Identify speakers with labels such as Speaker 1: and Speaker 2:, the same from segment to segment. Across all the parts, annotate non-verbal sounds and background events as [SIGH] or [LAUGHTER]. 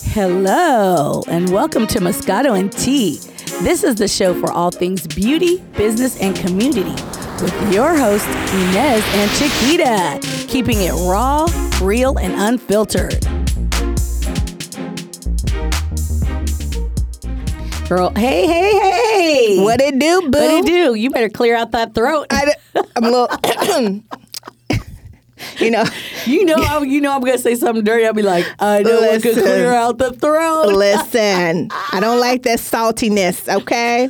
Speaker 1: Hello, and welcome to Moscato and Tea. This is the show for all things beauty, business, and community with your host, Inez and Chiquita, keeping it raw, real, and unfiltered. Girl, hey, hey, hey.
Speaker 2: What it do, boo?
Speaker 1: What it do? You better clear out that throat.
Speaker 2: I, am a little. [COUGHS] you know,
Speaker 1: you know, I, you know, I'm gonna say something dirty. I'll be like, I know I could
Speaker 2: Listen.
Speaker 1: clear out the throat.
Speaker 2: listen. I don't like that saltiness. Okay.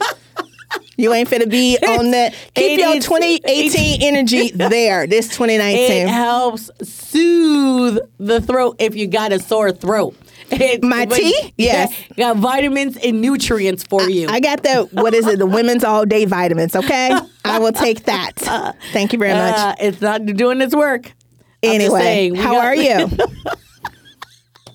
Speaker 2: You ain't
Speaker 1: [LAUGHS]
Speaker 2: finna be on that. Keep your
Speaker 1: 80s.
Speaker 2: 2018 energy there. This
Speaker 1: It
Speaker 2: 2019.
Speaker 1: helps soothe the throat if you got a sore throat. It-
Speaker 2: My
Speaker 1: but-
Speaker 2: tea?
Speaker 1: [LAUGHS] yeah,
Speaker 2: Yes.
Speaker 1: got vitamins and nutrients for you.
Speaker 2: I got the what is it? The women's all day vitamins. Okay, I will
Speaker 1: [LAUGHS]
Speaker 2: take that. Thank you very much.
Speaker 1: Uh, it's not doing its work. I'm just
Speaker 2: anyway,
Speaker 1: saying, we
Speaker 2: how
Speaker 1: got-
Speaker 2: are you?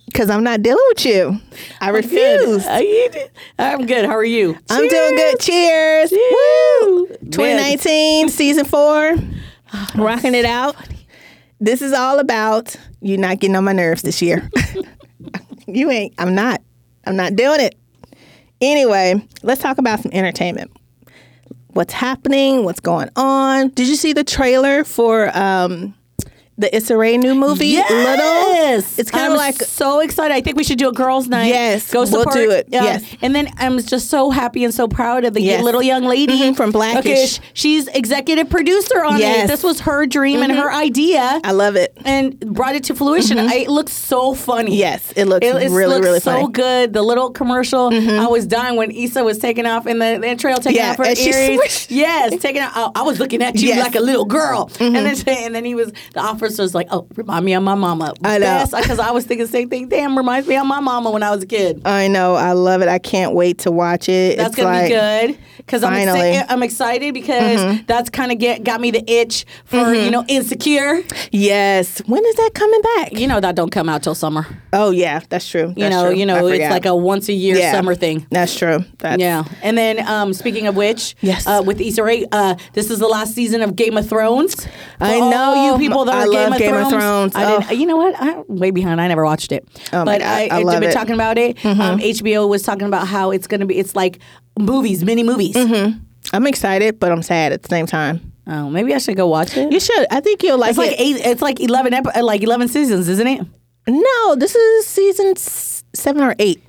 Speaker 2: Because I'm not dealing with you. I
Speaker 1: I'm [LAUGHS] good.
Speaker 2: refuse.
Speaker 1: Uh, you did- I'm good. How are you?
Speaker 2: I'm doing good. Cheers.
Speaker 1: Woo!
Speaker 2: 2019 season four,
Speaker 1: Oh,
Speaker 2: rocking it out. This is all about you not getting on my nerves this year. [LAUGHS] you ain't. I'm not. I'm not doing it. Anyway, let's talk about some entertainment. What's happening? What's going on? Did you see the trailer for um, the Issa Rae new movie?
Speaker 1: Yes,
Speaker 2: Little. It's kind
Speaker 1: I'm
Speaker 2: of like
Speaker 1: so excited. I think we should do a girls' night.
Speaker 2: Yes,
Speaker 1: go
Speaker 2: we'll
Speaker 1: support.
Speaker 2: do it.
Speaker 1: Um,
Speaker 2: Yes.
Speaker 1: and then I'm just so happy and so proud of the
Speaker 2: Yes.
Speaker 1: little young lady
Speaker 2: Mhm, from Blackish.
Speaker 1: Okay, sh- she's executive producer on it.
Speaker 2: Yes. Mm-hmm.
Speaker 1: This was her dream and her idea,
Speaker 2: I love it.
Speaker 1: and brought it to fruition. I, it looks so funny.
Speaker 2: Yes, it looks
Speaker 1: It, it
Speaker 2: Mm-hmm. really
Speaker 1: looks
Speaker 2: really
Speaker 1: so
Speaker 2: funny. Mm-hmm.
Speaker 1: good. The little commercial, I was dying when Issa was taking off in the, the trail, taking
Speaker 2: Yeah,
Speaker 1: off her
Speaker 2: and she
Speaker 1: earrings.
Speaker 2: swished.
Speaker 1: Yes, taking out. I, I was looking at you
Speaker 2: Yes. Mm-hmm.
Speaker 1: like a little girl, and then she- and then he was the officer's like, "Oh, remind me of my mama."
Speaker 2: I know.
Speaker 1: because I was thinking the same thing. Damn, reminds me of my mama when I was a kid.
Speaker 2: I know. I love it. I can't wait to watch it.
Speaker 1: That's
Speaker 2: Oh, It's
Speaker 1: gonna
Speaker 2: like-
Speaker 1: be good because I'm
Speaker 2: finally. Mm-hmm.
Speaker 1: excited. I'm excited because that's kind of get got me the itch for you know insecure.
Speaker 2: Yes. When is that coming back?
Speaker 1: You know that don't come out till summer.
Speaker 2: Oh yeah, that's true.
Speaker 1: You know, you know it's like a once a year summer thing.
Speaker 2: That's true. That's,
Speaker 1: Yeah, and then um, speaking of which,
Speaker 2: Yes.
Speaker 1: uh, with Issa Rae, uh, this is the last season of Game of Thrones. For
Speaker 2: I
Speaker 1: all
Speaker 2: know.
Speaker 1: you people that
Speaker 2: I
Speaker 1: are Game,
Speaker 2: love
Speaker 1: of,
Speaker 2: Game of
Speaker 1: Thrones,
Speaker 2: Thrones.
Speaker 1: I didn't, you know what? I'm way behind. I never watched it,
Speaker 2: Oh my
Speaker 1: but
Speaker 2: God,
Speaker 1: I,
Speaker 2: I love
Speaker 1: have been
Speaker 2: it. Mm-hmm.
Speaker 1: talking about it. Um, HBO was talking about how it's going to be. It's like movies, mini movies.
Speaker 2: Mm-hmm. I'm excited, but I'm sad at the same time.
Speaker 1: Oh, maybe I should go watch it.
Speaker 2: You should. I think you'll like
Speaker 1: It's like
Speaker 2: it.
Speaker 1: eight. It's like eleven. Epi- uh, like eleven seasons, isn't it?
Speaker 2: no, this is season s- seven or eight,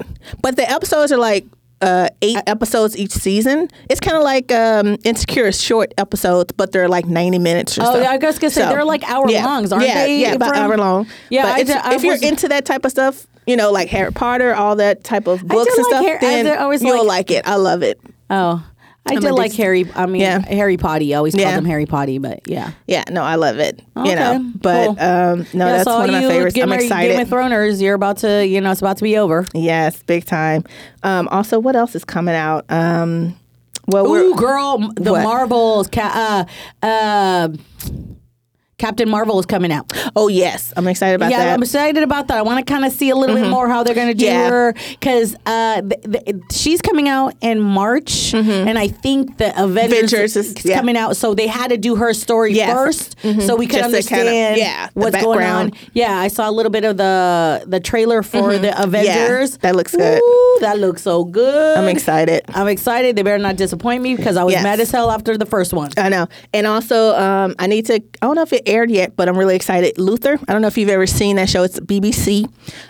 Speaker 2: but the episodes are like. Uh, eight episodes each season. It's kind of like um, Insecure, short episodes, but they're like ninety minutes or
Speaker 1: Oh,
Speaker 2: so.
Speaker 1: yeah, I was gonna say, they're like hour
Speaker 2: yeah,
Speaker 1: longs, aren't
Speaker 2: yeah,
Speaker 1: they,
Speaker 2: Yeah, about
Speaker 1: Ephraim?
Speaker 2: hour long.
Speaker 1: Yeah,
Speaker 2: but
Speaker 1: I
Speaker 2: it's-
Speaker 1: did- I
Speaker 2: if you're
Speaker 1: was-
Speaker 2: into that type of stuff, you know, like Harry Potter, all that type of books and
Speaker 1: like
Speaker 2: stuff,
Speaker 1: Harry- I
Speaker 2: then
Speaker 1: did always
Speaker 2: you'll
Speaker 1: like-
Speaker 2: like it. I love it.
Speaker 1: Oh, I did
Speaker 2: addicted.
Speaker 1: like Harry. I mean,
Speaker 2: Yeah.
Speaker 1: Harry Potty. I always call
Speaker 2: Yeah.
Speaker 1: them Harry Potty, but yeah.
Speaker 2: Yeah, no, I love it.
Speaker 1: Okay,
Speaker 2: you know, but
Speaker 1: cool.
Speaker 2: um, no,
Speaker 1: Yeah,
Speaker 2: that's
Speaker 1: so
Speaker 2: one of my
Speaker 1: you
Speaker 2: favorites. I'm
Speaker 1: Gamer- Game of
Speaker 2: excited.
Speaker 1: Throners, you're about to, you know, it's about to be over.
Speaker 2: Yes, big time. Um, also, what else is coming out? Um, well,
Speaker 1: Ooh,
Speaker 2: we're
Speaker 1: girl, m- the
Speaker 2: What?
Speaker 1: Marvels, ca- uh, uh, Captain Marvel is coming out.
Speaker 2: oh yes, I'm excited about
Speaker 1: yeah,
Speaker 2: that. Mm-hmm.
Speaker 1: I'm excited about that. I want to kind of see a little bit more how they're going to do
Speaker 2: Yeah.
Speaker 1: her because uh, th- th- she's coming out in March, and I think the Avengers,
Speaker 2: Mm-hmm. Avengers is- yeah.
Speaker 1: coming out, so they had to do her story
Speaker 2: Yes. Mm-hmm.
Speaker 1: first, so we could
Speaker 2: Just to
Speaker 1: understand
Speaker 2: kinda- yeah, the
Speaker 1: what's going on.
Speaker 2: background. Mm-hmm.
Speaker 1: Yeah, I saw a little bit of the the trailer for the Avengers.
Speaker 2: that looks good.
Speaker 1: Ooh, that looks so good.
Speaker 2: I'm excited.
Speaker 1: I'm excited. They better not disappoint me because I was
Speaker 2: Yes.
Speaker 1: mad as hell after the first one.
Speaker 2: I know, and also um, I need to. I don't know if it aired yet, but I'm really excited. Luther. I don't know if you've ever seen that show. It's BBC.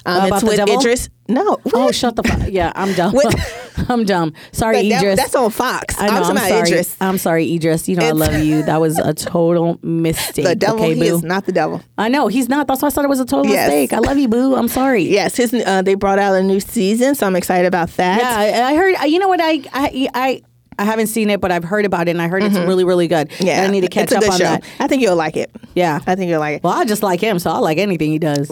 Speaker 2: Um,
Speaker 1: About
Speaker 2: it's
Speaker 1: the
Speaker 2: with
Speaker 1: devil?
Speaker 2: Idris. No.
Speaker 1: Oh,
Speaker 2: what?
Speaker 1: shut the fuck! Yeah, I'm dumb.
Speaker 2: What?
Speaker 1: [LAUGHS] I'm dumb. Sorry,
Speaker 2: That-
Speaker 1: Idris.
Speaker 2: that's on Fox.
Speaker 1: I know,
Speaker 2: am
Speaker 1: I'm,
Speaker 2: talking about
Speaker 1: sorry.
Speaker 2: Idris.
Speaker 1: I'm sorry, Idris. You know I
Speaker 2: It's-
Speaker 1: love you. That was a total mistake.
Speaker 2: [LAUGHS] The devil.
Speaker 1: okay,
Speaker 2: he
Speaker 1: boo.
Speaker 2: is not the devil.
Speaker 1: I know he's not. That's why I said it was a total
Speaker 2: Yes.
Speaker 1: mistake. I love you, boo. I'm sorry.
Speaker 2: Yes, his. Uh, they brought out a new season, so I'm excited about that.
Speaker 1: Yeah, I, I heard. I- You know what? I I I. I haven't seen it, but I've heard about it, and I heard it's really, really good.
Speaker 2: Mm-hmm. Yeah,
Speaker 1: And I need to
Speaker 2: it's
Speaker 1: catch
Speaker 2: a
Speaker 1: up
Speaker 2: good
Speaker 1: on
Speaker 2: show.
Speaker 1: that.
Speaker 2: I think you'll like it.
Speaker 1: Yeah.
Speaker 2: I think you'll like it.
Speaker 1: Well, I just like him, so I like anything he does.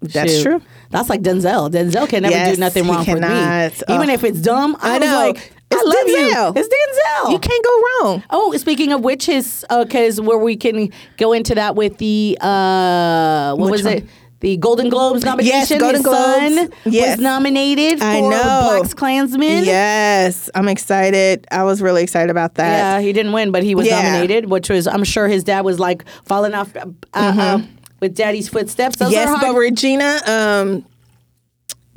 Speaker 2: That's true.
Speaker 1: That's like Denzel. Denzel can never
Speaker 2: Yes,
Speaker 1: do nothing
Speaker 2: he
Speaker 1: wrong with
Speaker 2: cannot.
Speaker 1: me, even
Speaker 2: Ugh.
Speaker 1: if it's dumb. I,
Speaker 2: I
Speaker 1: was
Speaker 2: know.
Speaker 1: like, I
Speaker 2: It's
Speaker 1: love
Speaker 2: Denzel.
Speaker 1: you. It's Denzel.
Speaker 2: you can't go wrong.
Speaker 1: Oh, speaking of witches, because where we can go into that with the uh, what
Speaker 2: Which
Speaker 1: was it?
Speaker 2: one?
Speaker 1: The Golden Globes nomination.
Speaker 2: Golden
Speaker 1: His
Speaker 2: Globes.
Speaker 1: son
Speaker 2: Yes.
Speaker 1: was nominated for
Speaker 2: I know.
Speaker 1: Black Klansman.
Speaker 2: Yes, I'm excited. I was really excited about that.
Speaker 1: Yeah, he didn't win, but he was
Speaker 2: Yeah.
Speaker 1: nominated, which was I'm sure his dad was like falling off uh, uh, with Daddy's footsteps. Those
Speaker 2: Mm-hmm. yes,
Speaker 1: are hard-
Speaker 2: but Regina, um,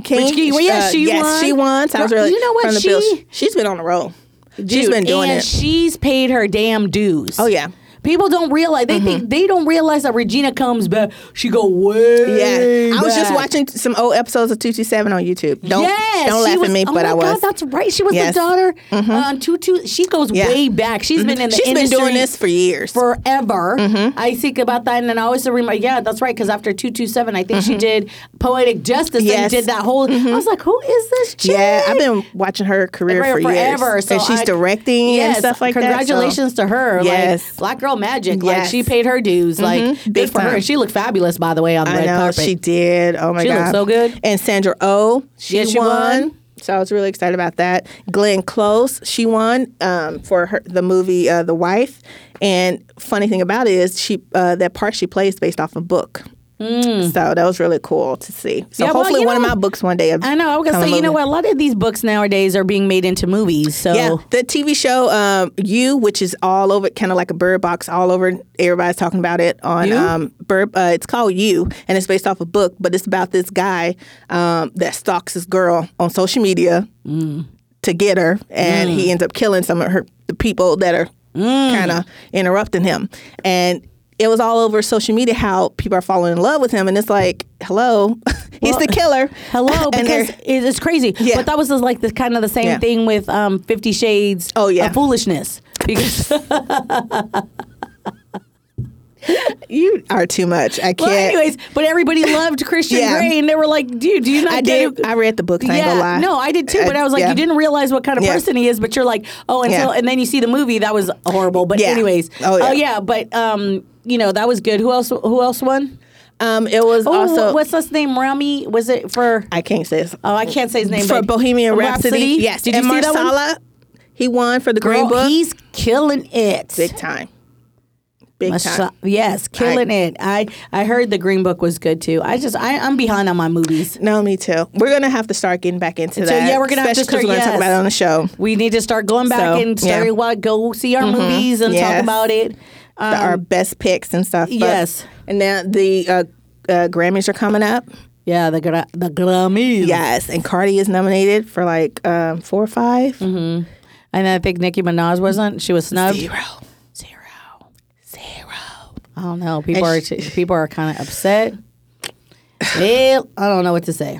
Speaker 2: King.
Speaker 1: Rich Key, well, yeah, she
Speaker 2: yes,
Speaker 1: won.
Speaker 2: she won. Sounds really.
Speaker 1: You know what?
Speaker 2: From the
Speaker 1: She-
Speaker 2: Bill. she's been on the roll. she's
Speaker 1: Dude,
Speaker 2: been doing
Speaker 1: and
Speaker 2: it.
Speaker 1: She's paid her damn dues.
Speaker 2: Oh, yeah. Mm-hmm.
Speaker 1: People don't realize they think they don't realize that Regina comes back. She go way.
Speaker 2: yeah, I was just
Speaker 1: back.
Speaker 2: watching some old episodes of Two Two Seven on YouTube. Don't
Speaker 1: yes,
Speaker 2: don't
Speaker 1: she
Speaker 2: laugh
Speaker 1: was-
Speaker 2: at me,
Speaker 1: oh
Speaker 2: but
Speaker 1: my
Speaker 2: I was.
Speaker 1: God, that's right. She was
Speaker 2: Yes. Mm-hmm.
Speaker 1: the daughter uh, on Tutu. She goes
Speaker 2: Yeah. Mm-hmm.
Speaker 1: way back. She's been in the
Speaker 2: She's been
Speaker 1: industry
Speaker 2: doing this mm-hmm. for years.
Speaker 1: forever. I think about that, and then I always remember. Yeah, that's right. Because after two two seven, I think she did poetic justice and
Speaker 2: Mm-hmm. Yes. Mm-hmm.
Speaker 1: did that whole. I was like, who is this chick?
Speaker 2: yeah, I've been watching her career for
Speaker 1: forever.
Speaker 2: years,
Speaker 1: So
Speaker 2: and she's
Speaker 1: I-
Speaker 2: directing and
Speaker 1: yes,
Speaker 2: stuff like
Speaker 1: Congratulations to her.
Speaker 2: Yes.
Speaker 1: Like, black girl magic. Like
Speaker 2: Yes. Mm-hmm.
Speaker 1: she paid her dues. Like good
Speaker 2: Big
Speaker 1: for her.
Speaker 2: time.
Speaker 1: And she looked fabulous by the way on the
Speaker 2: that. So
Speaker 1: red
Speaker 2: I know
Speaker 1: carpet.
Speaker 2: she did. Oh my
Speaker 1: She
Speaker 2: god,
Speaker 1: looked so good.
Speaker 2: And Sandra Oh, she,
Speaker 1: Yeah, she
Speaker 2: won.
Speaker 1: won.
Speaker 2: So I was really excited about that. Glenn Close, she won um, for her, the movie uh, The Wife. And funny thing about it is she uh, that part she plays based off a book. So that was really cool to see. So
Speaker 1: Hmm. Yeah, well,
Speaker 2: hopefully
Speaker 1: you
Speaker 2: one
Speaker 1: know-
Speaker 2: of my books one day.
Speaker 1: I know. I was gonna say, you know what? A lot of these books nowadays are being made into movies. So
Speaker 2: Yeah, the TV show um, You, which is all over, kind of like a Bird Box, all over. Everybody's talking about it on
Speaker 1: You?
Speaker 2: um, Bird. Uh, it's called You, and it's based off a book, but it's about this guy um, that stalks this girl on social media
Speaker 1: Mm.
Speaker 2: to get her, and he ends up killing some of her the people that are
Speaker 1: Mm.
Speaker 2: kind of interrupting him, and. It was all over social media how people are falling in love with him, and it's like, hello, [LAUGHS] he's the killer.
Speaker 1: Hello,
Speaker 2: [LAUGHS] And
Speaker 1: because
Speaker 2: they're-
Speaker 1: it- it's crazy.
Speaker 2: Yeah.
Speaker 1: But that was just like the kind of the same
Speaker 2: Yeah.
Speaker 1: thing with um, Fifty Shades.
Speaker 2: Oh, yeah.
Speaker 1: of foolishness.
Speaker 2: [LAUGHS]
Speaker 1: Because [LAUGHS]
Speaker 2: you are too much. I can't.
Speaker 1: well, anyways, but everybody loved Christian
Speaker 2: Yeah.
Speaker 1: Grey, and they were like, "Dude, do you not
Speaker 2: I
Speaker 1: get
Speaker 2: did.
Speaker 1: it?
Speaker 2: I read the books. I ain't
Speaker 1: yeah,
Speaker 2: gonna lie. Uh,
Speaker 1: no, I did too, but I was like,
Speaker 2: yeah.
Speaker 1: you didn't realize what kind of
Speaker 2: Yeah.
Speaker 1: person he is, but you're like, oh, until
Speaker 2: Yeah.
Speaker 1: and then you see the movie that was horrible. But
Speaker 2: Yeah.
Speaker 1: anyways,
Speaker 2: Oh, yeah.
Speaker 1: but um, you know that was good. Who else? Who else won?
Speaker 2: Um, it was
Speaker 1: Oh,
Speaker 2: also.
Speaker 1: what's his name? Rami? Was it for?
Speaker 2: I can't say this.
Speaker 1: Oh, I can't say his name.
Speaker 2: for
Speaker 1: but-
Speaker 2: Bohemian Rhapsody. Yes.
Speaker 1: Did you
Speaker 2: and
Speaker 1: see
Speaker 2: Marsala,
Speaker 1: that one?
Speaker 2: He won for the Green
Speaker 1: Girl,
Speaker 2: Book.
Speaker 1: He's killing it.
Speaker 2: big time. Big
Speaker 1: Masa-
Speaker 2: time.
Speaker 1: yes, killing
Speaker 2: I-
Speaker 1: it. I I heard the Green Book was good too. I just I, I'm behind on my movies.
Speaker 2: No, me too. We're gonna have to start getting back into that.
Speaker 1: yeah, we're gonna have to start-
Speaker 2: especially 'cause We're gonna
Speaker 1: yes.
Speaker 2: talk about it on the show.
Speaker 1: We need to start going back
Speaker 2: So,
Speaker 1: and start
Speaker 2: yeah. Mm-hmm.
Speaker 1: what go see our movies and talk
Speaker 2: Yes.
Speaker 1: about it. Um,
Speaker 2: The- our best picks and stuff. But-
Speaker 1: yes.
Speaker 2: And now the uh, uh, Grammys are coming up.
Speaker 1: yeah, the gra- the Grammys.
Speaker 2: Yes, and Cardi is nominated for like um, four or 5
Speaker 1: Mm-hmm. and I think Nicki Minaj wasn't. She was snubbed.
Speaker 2: Zero.
Speaker 1: Zero. Zero. I don't know. People are people are kind of upset. well, I don't know what to say.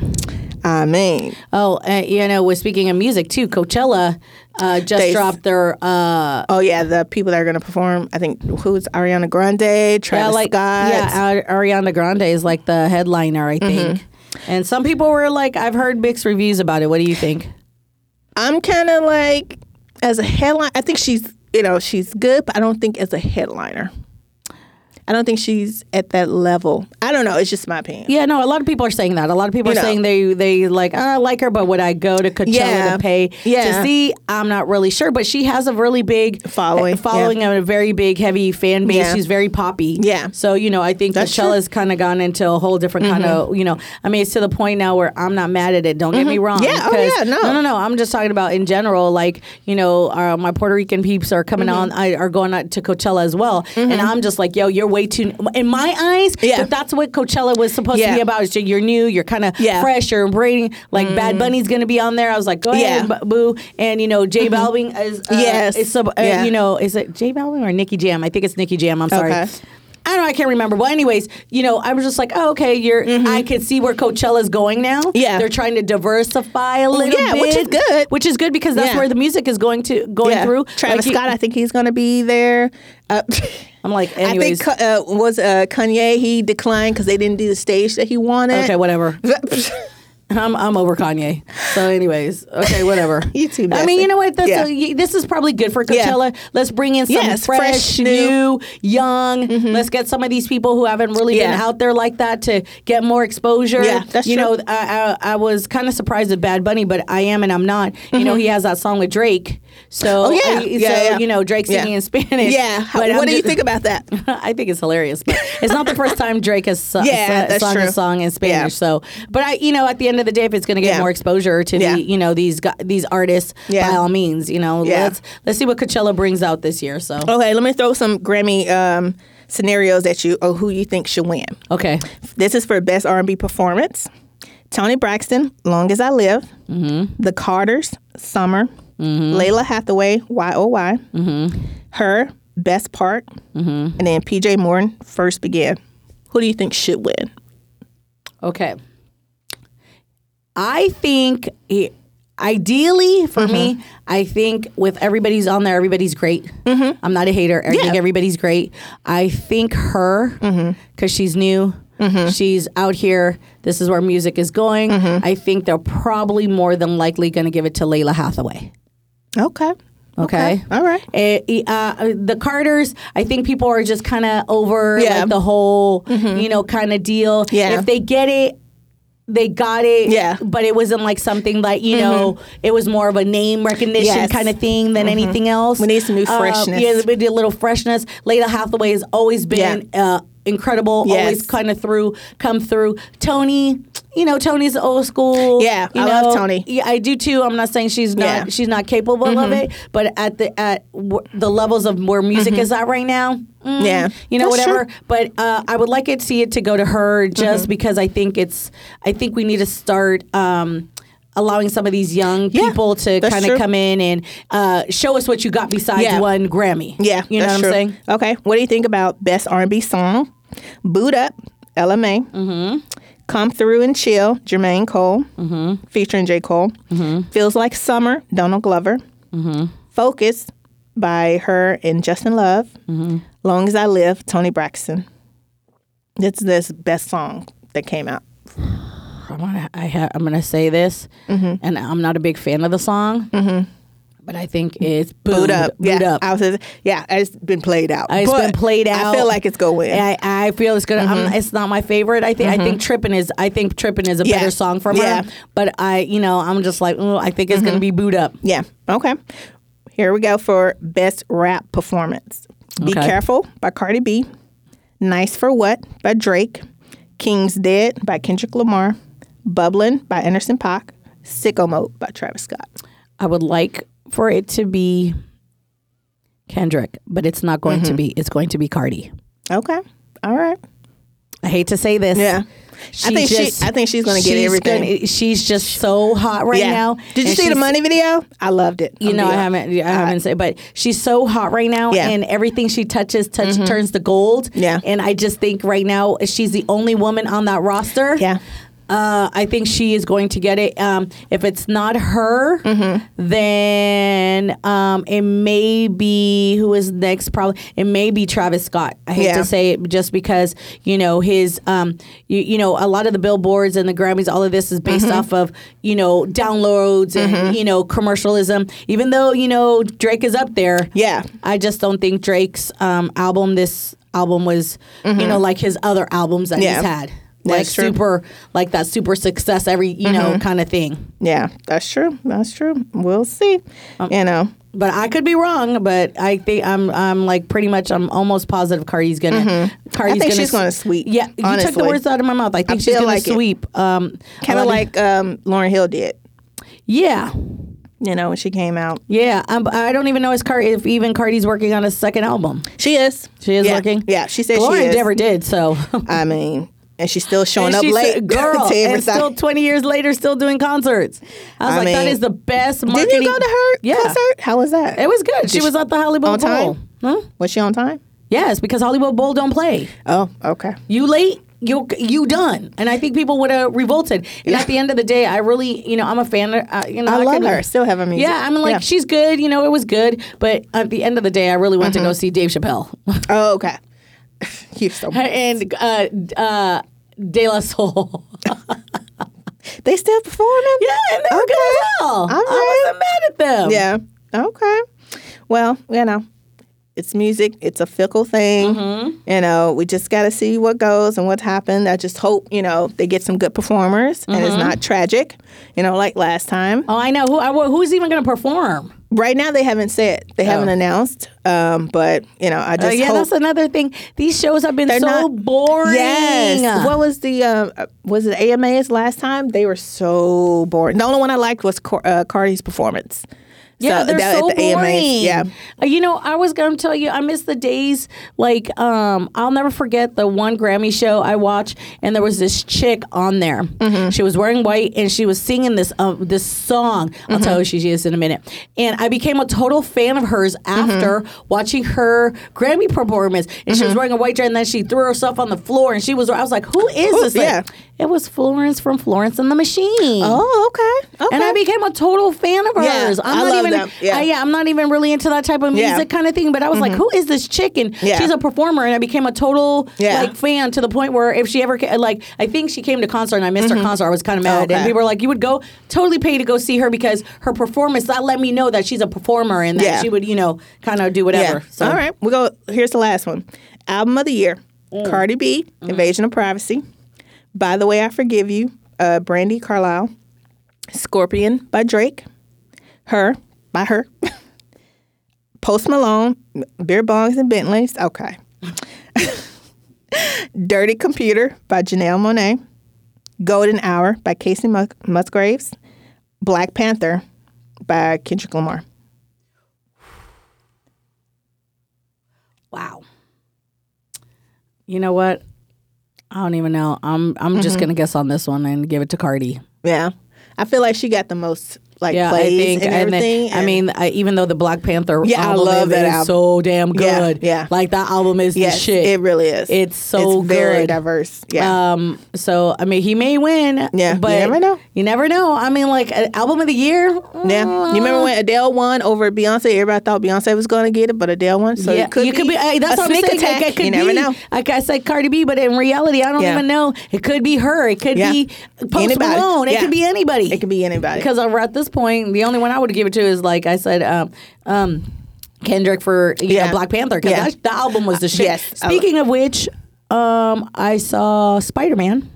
Speaker 2: I mean,
Speaker 1: Oh, uh, you know, we're speaking of music too. Coachella uh, just
Speaker 2: They-
Speaker 1: dropped their uh,
Speaker 2: Oh yeah, the people that are going to perform. I think who's Ariana Grande, Travis Scott. Mm-hmm.
Speaker 1: Yeah, Ar- Ariana Grande is like the headliner, I think. And some people were like, I've heard mixed reviews about it. What do you think?
Speaker 2: I'm kind of like as a headline. I think she's you know she's good, but I don't think as a headliner. I don't think she's at that level. I don't know. It's just my opinion.
Speaker 1: Yeah, no, a lot of people are saying that. A lot of people
Speaker 2: You
Speaker 1: are saying
Speaker 2: know.
Speaker 1: they they like, "Ah, I like her, but would I go to Coachella
Speaker 2: Yeah.
Speaker 1: to pay to
Speaker 2: Yeah.
Speaker 1: see? I'm not really sure, but she has a really big eh,
Speaker 2: Following,
Speaker 1: following and a very big heavy fan base.
Speaker 2: Yeah.
Speaker 1: She's very poppy.
Speaker 2: Yeah.
Speaker 1: So, you know, I think
Speaker 2: That's true. Mm-hmm.
Speaker 1: Coachella's kind of gone into a whole different kind of, you know, I mean, it's to the point now where I'm not mad at it. Don't get me wrong.
Speaker 2: Yeah, oh,
Speaker 1: 'cause-
Speaker 2: yeah, no.
Speaker 1: No, no, no. I'm just talking about in general, like, you know, uh, my Puerto Rican peeps are coming
Speaker 2: Mm-hmm.
Speaker 1: on, I, are going out to Coachella as well. And I'm just like, yo, you're way too, in my eyes,
Speaker 2: Yeah.
Speaker 1: but that's what Coachella was supposed to
Speaker 2: Yeah.
Speaker 1: be about. It's just you're new, you're kind of
Speaker 2: Yeah. Mm.
Speaker 1: fresh, you're braiding. Like Bad Bunny's going to be on there. I was like, go
Speaker 2: Yeah. Mm-hmm.
Speaker 1: ahead, bu- boo. And you know, J Balvin is, uh,
Speaker 2: Yes.
Speaker 1: is sub- uh,
Speaker 2: Yeah.
Speaker 1: you know, is it J Balvin or Nicki Jam? I think it's Nicki Jam. I'm sorry.
Speaker 2: Okay.
Speaker 1: I don't know. I can't remember. Well, anyways, you know, I was just like, oh, okay, you're. I can see where Coachella's going now.
Speaker 2: Mm-hmm. Yeah.
Speaker 1: they're trying to diversify a little
Speaker 2: yeah,
Speaker 1: bit,
Speaker 2: which is good.
Speaker 1: Which is good because that's
Speaker 2: Yeah.
Speaker 1: where the music is going to going
Speaker 2: Yeah.
Speaker 1: through.
Speaker 2: Travis
Speaker 1: Like, he-
Speaker 2: Scott. I think he's going to be there. Uh, [LAUGHS]
Speaker 1: I'm like,
Speaker 2: I
Speaker 1: anyways.
Speaker 2: think uh, was uh, Kanye. He declined because they didn't do the stage that he
Speaker 1: [LAUGHS]
Speaker 2: wanted.
Speaker 1: Okay, whatever. I'm I'm over Kanye. So, anyways, okay, whatever.
Speaker 2: [LAUGHS] You too
Speaker 1: I mean,
Speaker 2: messy.
Speaker 1: you know what? That's
Speaker 2: Yeah.
Speaker 1: y- this is probably good for
Speaker 2: Yeah.
Speaker 1: Coachella. Let's bring in some
Speaker 2: Yes,
Speaker 1: fresh,
Speaker 2: fresh, Mm-hmm.
Speaker 1: new, young. Let's get some of these people who haven't really been
Speaker 2: Yeah.
Speaker 1: out there like that to get more exposure.
Speaker 2: Yeah, that's
Speaker 1: you
Speaker 2: true.
Speaker 1: know, I, I, I was kind of surprised at Bad Bunny, but I am and I'm not. You know, he has that song with Drake. So,
Speaker 2: Mm-hmm. Oh, yeah.
Speaker 1: I- so
Speaker 2: Yeah, yeah.
Speaker 1: you know, Drake
Speaker 2: Yeah.
Speaker 1: singing in Spanish.
Speaker 2: [LAUGHS] yeah. How-
Speaker 1: But
Speaker 2: what
Speaker 1: I'm
Speaker 2: do you
Speaker 1: just-
Speaker 2: think about that?
Speaker 1: [LAUGHS] I think it's hilarious, but it's not the first time Drake has su-
Speaker 2: Yeah,
Speaker 1: su-
Speaker 2: that's
Speaker 1: sung a
Speaker 2: true.
Speaker 1: song in Spanish.
Speaker 2: Yeah.
Speaker 1: So, but I, you know, at the end of the day, if it's going to get
Speaker 2: Yeah.
Speaker 1: more exposure to
Speaker 2: Yeah.
Speaker 1: the, you know, these gu- these artists,
Speaker 2: Yeah.
Speaker 1: by all means, you know,
Speaker 2: Yeah.
Speaker 1: let's let's see what Coachella brings out this year. So,
Speaker 2: Okay, let me throw some Grammy um, scenarios at you or who you think should win.
Speaker 1: okay,
Speaker 2: This is for best R&B performance, Tony Braxton, Long as I Live, The Carters, Summer, Layla Hathaway, Y O Y, her, Best Part, and then PJ Morton, First Begin. Who do you think should win?
Speaker 1: Okay. I think i- ideally for me, I think with everybody's on there, everybody's great. I'm not a hater. I think
Speaker 2: Yeah.
Speaker 1: everybody's great. I think her because she's new. She's out here. This is where music is going. I think they're probably more than likely going to give it to Layla Hathaway.
Speaker 2: Okay.
Speaker 1: Okay.
Speaker 2: All right.
Speaker 1: Eh, eh, uh, the Carters, I think people are just kind of over
Speaker 2: Yeah. Mm-hmm.
Speaker 1: like, the whole, you know, kind of deal.
Speaker 2: Yeah.
Speaker 1: If they get it, they got it.
Speaker 2: Yeah. Mm-hmm.
Speaker 1: But it wasn't like something like, you know, it was more of a name recognition
Speaker 2: Yes. Mm-hmm.
Speaker 1: kind of thing than anything else.
Speaker 2: We need some new
Speaker 1: Uh,
Speaker 2: freshness.
Speaker 1: yeah, we need a little freshness. Layla Hathaway has always been uh, incredible,
Speaker 2: Yes.
Speaker 1: always kind of through, come through. Tony. You know, Tony's old school.
Speaker 2: Yeah,
Speaker 1: you
Speaker 2: I love Tony.
Speaker 1: Yeah, I do too. I'm not saying she's not
Speaker 2: Yeah. Mm-hmm.
Speaker 1: she's not capable of it, but at the at w- the levels of where music is at right now, mm,
Speaker 2: Yeah.
Speaker 1: you know
Speaker 2: That's
Speaker 1: whatever. But uh, I would like it see it to go to her just
Speaker 2: Mm-hmm.
Speaker 1: because I think it's I think we need to start. Um, Allowing some of these young
Speaker 2: Yeah,
Speaker 1: people to
Speaker 2: that's
Speaker 1: kind
Speaker 2: true.
Speaker 1: of come in and uh, show us what you got besides
Speaker 2: Yeah.
Speaker 1: one Grammy.
Speaker 2: Yeah,
Speaker 1: you know
Speaker 2: that's
Speaker 1: what I'm
Speaker 2: true.
Speaker 1: saying.
Speaker 2: Okay, what do you think about best R and B song? Boot up, LMA.
Speaker 1: Mm-hmm.
Speaker 2: Come through and chill, Jermaine Cole,
Speaker 1: Mm-hmm.
Speaker 2: featuring J Cole. Feels like summer, Donald Glover.
Speaker 1: Mm-hmm.
Speaker 2: Focus by her and Justin Love.
Speaker 1: Mm-hmm.
Speaker 2: Long as I live, Tony Braxton. That's this best song that came out.
Speaker 1: I'm gonna I ha- I'm gonna say this,
Speaker 2: Mm-hmm.
Speaker 1: and I'm not a big fan of the song, but I think it's boot,
Speaker 2: Boot Mm-hmm. up,
Speaker 1: boot
Speaker 2: yeah.
Speaker 1: up.
Speaker 2: I was, yeah, it's been played out.
Speaker 1: Uh, It's
Speaker 2: but
Speaker 1: been played out.
Speaker 2: I feel like it's Mm-hmm. going.
Speaker 1: I, I feel it's gonna. I'm, it's not my favorite. I think. I think tripping is. I think tripping is a
Speaker 2: Mm-hmm. Yeah.
Speaker 1: better song from
Speaker 2: Yeah. Mm-hmm.
Speaker 1: her. But I, you know, I'm just like, ooh, I think it's gonna be boot up.
Speaker 2: Yeah. Okay. Here we go for best rap performance. Be
Speaker 1: Okay.
Speaker 2: Careful by Cardi B. Nice for What by Drake. King's Dead by Kendrick Lamar. Bubbling by Anderson Paak. Sicko Mode by Travis Scott.
Speaker 1: I would like for it to be Kendrick, but it's not going
Speaker 2: Mm-hmm.
Speaker 1: to be. It's going to be Cardi.
Speaker 2: Okay. All right.
Speaker 1: I hate to say this.
Speaker 2: Yeah. I
Speaker 1: She
Speaker 2: think
Speaker 1: just-
Speaker 2: she I think she's gonna get
Speaker 1: she's
Speaker 2: everything.
Speaker 1: gonna- she's just so hot right
Speaker 2: yeah.
Speaker 1: now.
Speaker 2: Did you
Speaker 1: and
Speaker 2: see the
Speaker 1: she's-
Speaker 2: money video? I loved it.
Speaker 1: You
Speaker 2: I'm
Speaker 1: know, I
Speaker 2: deal.
Speaker 1: haven't, I haven't said, but she's so hot right now,
Speaker 2: Yeah. Mm-hmm.
Speaker 1: and everything she touches touch turns to gold.
Speaker 2: Yeah.
Speaker 1: and I just think right now she's the only woman on that roster.
Speaker 2: Yeah.
Speaker 1: Uh, I think she is going to get it. Um, if it's not her,
Speaker 2: Mm-hmm.
Speaker 1: then um, it may be who is next. Probably it may be Travis Scott. I hate
Speaker 2: Yeah.
Speaker 1: to say it, just because you know his, um, you, you know, a lot of the billboards and the Grammys, all of this is based
Speaker 2: Mm-hmm.
Speaker 1: off of you know downloads and you know commercialism. Even though you know Drake is up there,
Speaker 2: Yeah.
Speaker 1: I just don't think Drake's um, album, this album was, you know, like his other albums that
Speaker 2: Mm-hmm. Yeah.
Speaker 1: he's had. Like
Speaker 2: That's true.
Speaker 1: super, like that super success, every, you know,
Speaker 2: Mm-hmm.
Speaker 1: kind of thing.
Speaker 2: Yeah, that's true. That's true. We'll see. you know.
Speaker 1: But I could be wrong, but I think I'm, I'm like pretty much, I'm almost positive Cardi's gonna, Cardi's
Speaker 2: Mm-hmm. I think
Speaker 1: gonna
Speaker 2: she's gonna sweep.
Speaker 1: Yeah, you took
Speaker 2: honestly.
Speaker 1: the words out of my mouth. I think she's
Speaker 2: feel
Speaker 1: gonna
Speaker 2: like it.
Speaker 1: sweep. Um, a
Speaker 2: Kinda
Speaker 1: lot
Speaker 2: like um, Lauren Hill did.
Speaker 1: yeah,
Speaker 2: you know, when she came out.
Speaker 1: yeah. Um, I don't even know if, Card- if even Cardi's working on a second album.
Speaker 2: She is.
Speaker 1: She is
Speaker 2: yeah.
Speaker 1: working.
Speaker 2: Yeah, she said
Speaker 1: Lauren
Speaker 2: she is.
Speaker 1: never did. So [LAUGHS]
Speaker 2: I mean, and she's still showing
Speaker 1: Mm-hmm. And
Speaker 2: up
Speaker 1: she's
Speaker 2: late. [LAUGHS]
Speaker 1: a girl,
Speaker 2: to every
Speaker 1: and
Speaker 2: side.
Speaker 1: still 20 years later, still doing concerts. I was
Speaker 2: I
Speaker 1: like, that
Speaker 2: mean,
Speaker 1: is the best marketing.
Speaker 2: Didn't you go to her
Speaker 1: yeah.
Speaker 2: concert? How was that?
Speaker 1: It was good. She was at the Hollywood
Speaker 2: on time?
Speaker 1: Bowl. Huh?
Speaker 2: Was she on time?
Speaker 1: Yes, because Hollywood Bowl don't play.
Speaker 2: Oh, okay.
Speaker 1: You late, you you done. And I think people would have revolted. And at the end of the day, I really, you know, I'm a fan. Of, uh, you know,
Speaker 2: I love
Speaker 1: could-
Speaker 2: her. Still have her music.
Speaker 1: Yeah, I'm like,
Speaker 2: Yeah.
Speaker 1: she's good. You know, it was good. But at the end of the day, I really went to go
Speaker 2: Mm-hmm.
Speaker 1: see Dave Chappelle [LAUGHS]
Speaker 2: Oh, okay. [LAUGHS] you so
Speaker 1: and uh, uh, De La Soul.
Speaker 2: They still performing?
Speaker 1: Yeah, and [LAUGHS] they were good as hell.
Speaker 2: right.
Speaker 1: I wasn't mad at them.
Speaker 2: Yeah. Okay. Well, you know, it's music. It's a fickle thing.
Speaker 1: Mm-hmm.
Speaker 2: You know, we just got to see what goes and what's happened. I just hope you know they get some good performers and
Speaker 1: Mm-hmm.
Speaker 2: it's not tragic. You know, like last time.
Speaker 1: Oh, I know. Who I, who's even going to perform?
Speaker 2: Right now, they haven't said. They haven't announced. Um, but you know, I
Speaker 1: Uh,
Speaker 2: just
Speaker 1: Oh. yeah,
Speaker 2: hope
Speaker 1: that's another thing. These shows have been so
Speaker 2: not-
Speaker 1: boring.
Speaker 2: Yes. What was the um, uh, was it AMAs last time? They were so boring. The only one I liked was Car- uh, Cardi's performance.
Speaker 1: Yeah, they're
Speaker 2: that-
Speaker 1: so
Speaker 2: at the AMAs,
Speaker 1: boring.
Speaker 2: yeah.
Speaker 1: Uh, You know, I was gonna tell you, I miss the days like um, I'll never forget the one Grammy show I watched, and there was this chick on there.
Speaker 2: Mm-hmm.
Speaker 1: She was wearing white, and she was singing this um, this song.
Speaker 2: Mm-hmm.
Speaker 1: I'll tell you who she is in a minute. And I became a total fan of hers after
Speaker 2: Mm-hmm.
Speaker 1: watching her Grammy performance. And she was wearing a white dress, and then she threw herself on the floor, and she was. I was like, "Who is
Speaker 2: Ooh,
Speaker 1: this?" Like,
Speaker 2: yeah.
Speaker 1: it was Florence from Florence and the Machine.
Speaker 2: Oh, okay. okay.
Speaker 1: And I became a total fan of
Speaker 2: Yeah,
Speaker 1: hers. I'm
Speaker 2: I
Speaker 1: not
Speaker 2: love
Speaker 1: even,
Speaker 2: them. Yeah.
Speaker 1: I, yeah, I'm not even really into that type of
Speaker 2: Yeah. Mm-hmm.
Speaker 1: music kind of thing. But I was like, who is this chicken?
Speaker 2: Yeah.
Speaker 1: She's a performer, and I became a total
Speaker 2: Yeah.
Speaker 1: like fan to the point where if she ever ca- like, I think she came to concert, and I missed her concert. I was kind of mad,
Speaker 2: Mm-hmm. Okay.
Speaker 1: and people were like, you would go totally pay to go see her because her performance that let me know that she's a performer and that
Speaker 2: Yeah.
Speaker 1: she would you know kind of do whatever. So
Speaker 2: All right. We go. Here's the last one. Album of the year:
Speaker 1: Mm.
Speaker 2: Cardi B, "Invasion of Privacy." By the way, I forgive you. Uh, Brandy Carlisle, "Scorpion" by Drake, "Her" by her, [LAUGHS] Post Malone, "Beer Bongs and Bentleys." Okay. [LAUGHS] "Dirty Computer" by Janelle Monae, "Golden Hour" by Casey Mus- Musgraves, "Black Panther" by Kendrick Lamar.
Speaker 1: Wow. You know what? I don't even know. I'm I'm
Speaker 2: Mm-hmm.
Speaker 1: just gonna guess on this one and give it to Cardi.
Speaker 2: Yeah, I feel like she got the most like
Speaker 1: yeah,
Speaker 2: plays
Speaker 1: I think,
Speaker 2: and
Speaker 1: and then-
Speaker 2: everything.
Speaker 1: I
Speaker 2: and-
Speaker 1: mean, I, even though the Black Panther
Speaker 2: Yeah, I
Speaker 1: album
Speaker 2: love
Speaker 1: is,
Speaker 2: that
Speaker 1: is
Speaker 2: album.
Speaker 1: so damn
Speaker 2: Yeah,
Speaker 1: good.
Speaker 2: yeah.
Speaker 1: like that album is the
Speaker 2: yes,
Speaker 1: shit.
Speaker 2: it really is.
Speaker 1: It's so
Speaker 2: it's very
Speaker 1: good.
Speaker 2: diverse. Yeah,
Speaker 1: Um, so I mean, he may win.
Speaker 2: Yeah, you
Speaker 1: but
Speaker 2: never know.
Speaker 1: You never know. I mean, like an album of the year.
Speaker 2: yeah. You remember when Adele won over Beyonce? Everybody thought Beyonce was going to get it, but Adele won. So
Speaker 1: yeah,
Speaker 2: it could
Speaker 1: you
Speaker 2: be,
Speaker 1: could be. I- that's
Speaker 2: a
Speaker 1: what
Speaker 2: sneak
Speaker 1: I'm saying.
Speaker 2: attack.
Speaker 1: It, it could
Speaker 2: you never
Speaker 1: be,
Speaker 2: know.
Speaker 1: Like I said, Cardi B, but in reality, I don't
Speaker 2: Yeah.
Speaker 1: even know. It could be her. It could
Speaker 2: Yeah.
Speaker 1: be Post
Speaker 2: Anybody.
Speaker 1: Malone. It
Speaker 2: Yeah.
Speaker 1: could be anybody.
Speaker 2: It could be anybody.
Speaker 1: because over at this point, the only one I would give it to is like I said, um, um, Kendrick for you
Speaker 2: Yeah.
Speaker 1: know Black Panther because
Speaker 2: Yeah. Uh,
Speaker 1: the album was the shit.
Speaker 2: yes, I love-
Speaker 1: Speaking of which, um, I saw Spider Man.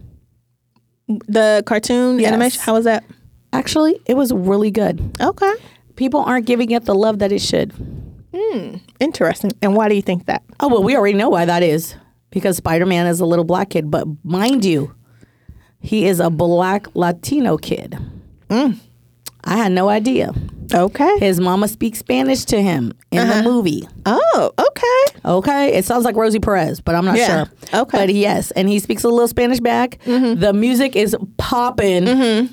Speaker 2: the cartoon
Speaker 1: Yes.
Speaker 2: animation. How was that?
Speaker 1: Actually, it was really good.
Speaker 2: Okay,
Speaker 1: People aren't giving it the love that it should.
Speaker 2: interesting. And why do you think that?
Speaker 1: Oh well, we already know why that is because Spider Man is a little black kid, but mind you, he is a black Latino kid.
Speaker 2: Mm.
Speaker 1: I had no idea.
Speaker 2: Okay.
Speaker 1: His mama speaks Spanish to him in
Speaker 2: Uh-huh.
Speaker 1: the movie.
Speaker 2: oh, okay.
Speaker 1: Okay, it sounds like Rosie Perez, but I'm not
Speaker 2: Yeah.
Speaker 1: sure.
Speaker 2: Okay. Mm-hmm.
Speaker 1: but yes, and he speaks a little Spanish back. The music is popping.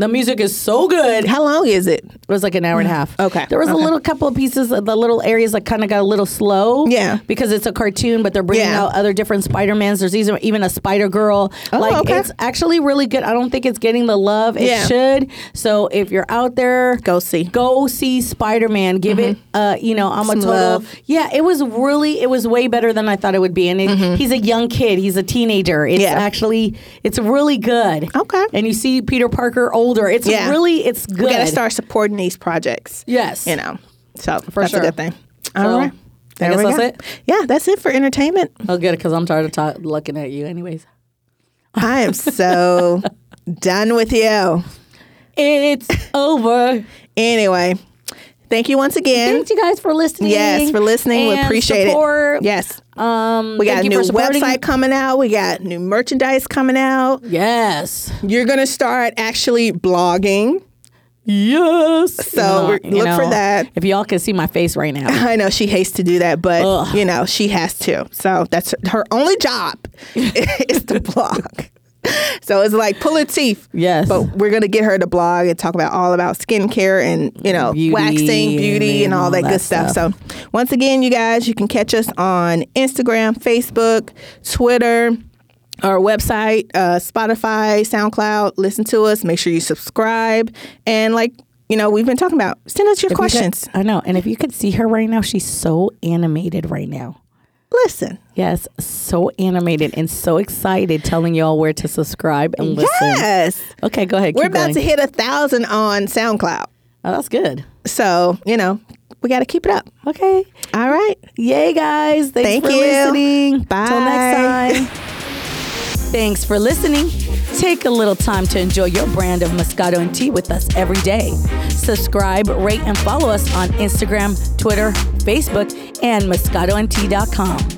Speaker 1: The music is so good. It
Speaker 2: How long is it?
Speaker 1: was like an hour and a half.
Speaker 2: Okay.
Speaker 1: there was
Speaker 2: Okay.
Speaker 1: a little couple of pieces. of The little areas that kind of got a little slow.
Speaker 2: Yeah.
Speaker 1: because it's a cartoon, but they're bringing
Speaker 2: Yeah.
Speaker 1: out other different Spider Mans. There's even even a Spider Girl.
Speaker 2: Oh,
Speaker 1: like
Speaker 2: okay.
Speaker 1: it's actually really good. I don't think it's getting the love it
Speaker 2: Yeah.
Speaker 1: should. So if you're out there,
Speaker 2: Go see. Mm-hmm.
Speaker 1: go see Spider Man. Give it, uh, you know, I'm
Speaker 2: Some
Speaker 1: a total.
Speaker 2: love.
Speaker 1: Yeah, it was really, it was way better than I thought it would be. And it, he's a young kid. He's a teenager. It's
Speaker 2: Mm-hmm. Yeah.
Speaker 1: actually, it's really good.
Speaker 2: Okay.
Speaker 1: And you see Peter Parker older. It's
Speaker 2: Yeah.
Speaker 1: really, it's good.
Speaker 2: We got to start supporting these projects.
Speaker 1: Yes.
Speaker 2: you know. So that's
Speaker 1: sure.
Speaker 2: a good thing. All
Speaker 1: So,
Speaker 2: right.
Speaker 1: I
Speaker 2: There
Speaker 1: guess
Speaker 2: we
Speaker 1: that's
Speaker 2: go.
Speaker 1: it?
Speaker 2: Yeah, that's it for entertainment.
Speaker 1: I'll get it because I'm tired of ta- looking at you, anyways.
Speaker 2: I am so done with you. [LAUGHS]
Speaker 1: It's over.
Speaker 2: Anyway, thank you once again.
Speaker 1: Thanks, you guys, for listening.
Speaker 2: Yes, for listening. we
Speaker 1: and
Speaker 2: appreciate
Speaker 1: support.
Speaker 2: it. Yes.
Speaker 1: Um,
Speaker 2: We got
Speaker 1: thank
Speaker 2: a
Speaker 1: you
Speaker 2: new
Speaker 1: for supporting-
Speaker 2: website coming out. We got new merchandise coming out.
Speaker 1: Yes.
Speaker 2: You're going to start actually blogging.
Speaker 1: Yes.
Speaker 2: So we're- look for that.
Speaker 1: If y'all can see my face right now.
Speaker 2: I know she hates to do that, but
Speaker 1: Ugh.
Speaker 2: you know, she has to. So that's her, her only job
Speaker 1: [LAUGHS]
Speaker 2: is to blog. So it's like pull her teeth.
Speaker 1: Yes.
Speaker 2: But we're gonna get her to blog and talk about all about skincare and you know
Speaker 1: Beauty
Speaker 2: waxing, beauty,
Speaker 1: and
Speaker 2: and all, that, good stuff. So once again, you guys, you can catch us on Instagram, Facebook, Twitter. Our website, uh, Spotify, SoundCloud. Listen to us. Make sure you subscribe. And like you know, we've been talking about. Send us
Speaker 1: If
Speaker 2: your
Speaker 1: you could-
Speaker 2: [LAUGHS] questions.
Speaker 1: I know. And if you could see her right now, she's so animated right now.
Speaker 2: Listen.
Speaker 1: Yes, so animated and so excited telling y'all where to subscribe and listen.
Speaker 2: Yes.
Speaker 1: Okay, go ahead.
Speaker 2: We're
Speaker 1: keep
Speaker 2: about
Speaker 1: going.
Speaker 2: to hit a thousand on SoundCloud.
Speaker 1: Oh, that's good.
Speaker 2: So, you know, we got to keep it up.
Speaker 1: Okay.
Speaker 2: All right.
Speaker 1: Yay, guys. Thanks
Speaker 2: Thank
Speaker 1: for
Speaker 2: you.
Speaker 1: listening. Till
Speaker 2: Bye.
Speaker 1: next time. Thanks for listening. Take a little time to enjoy your brand of Moscato and tea with us every day. Subscribe, rate, and follow us on Instagram, Twitter, Facebook, and moscatoandtea.com.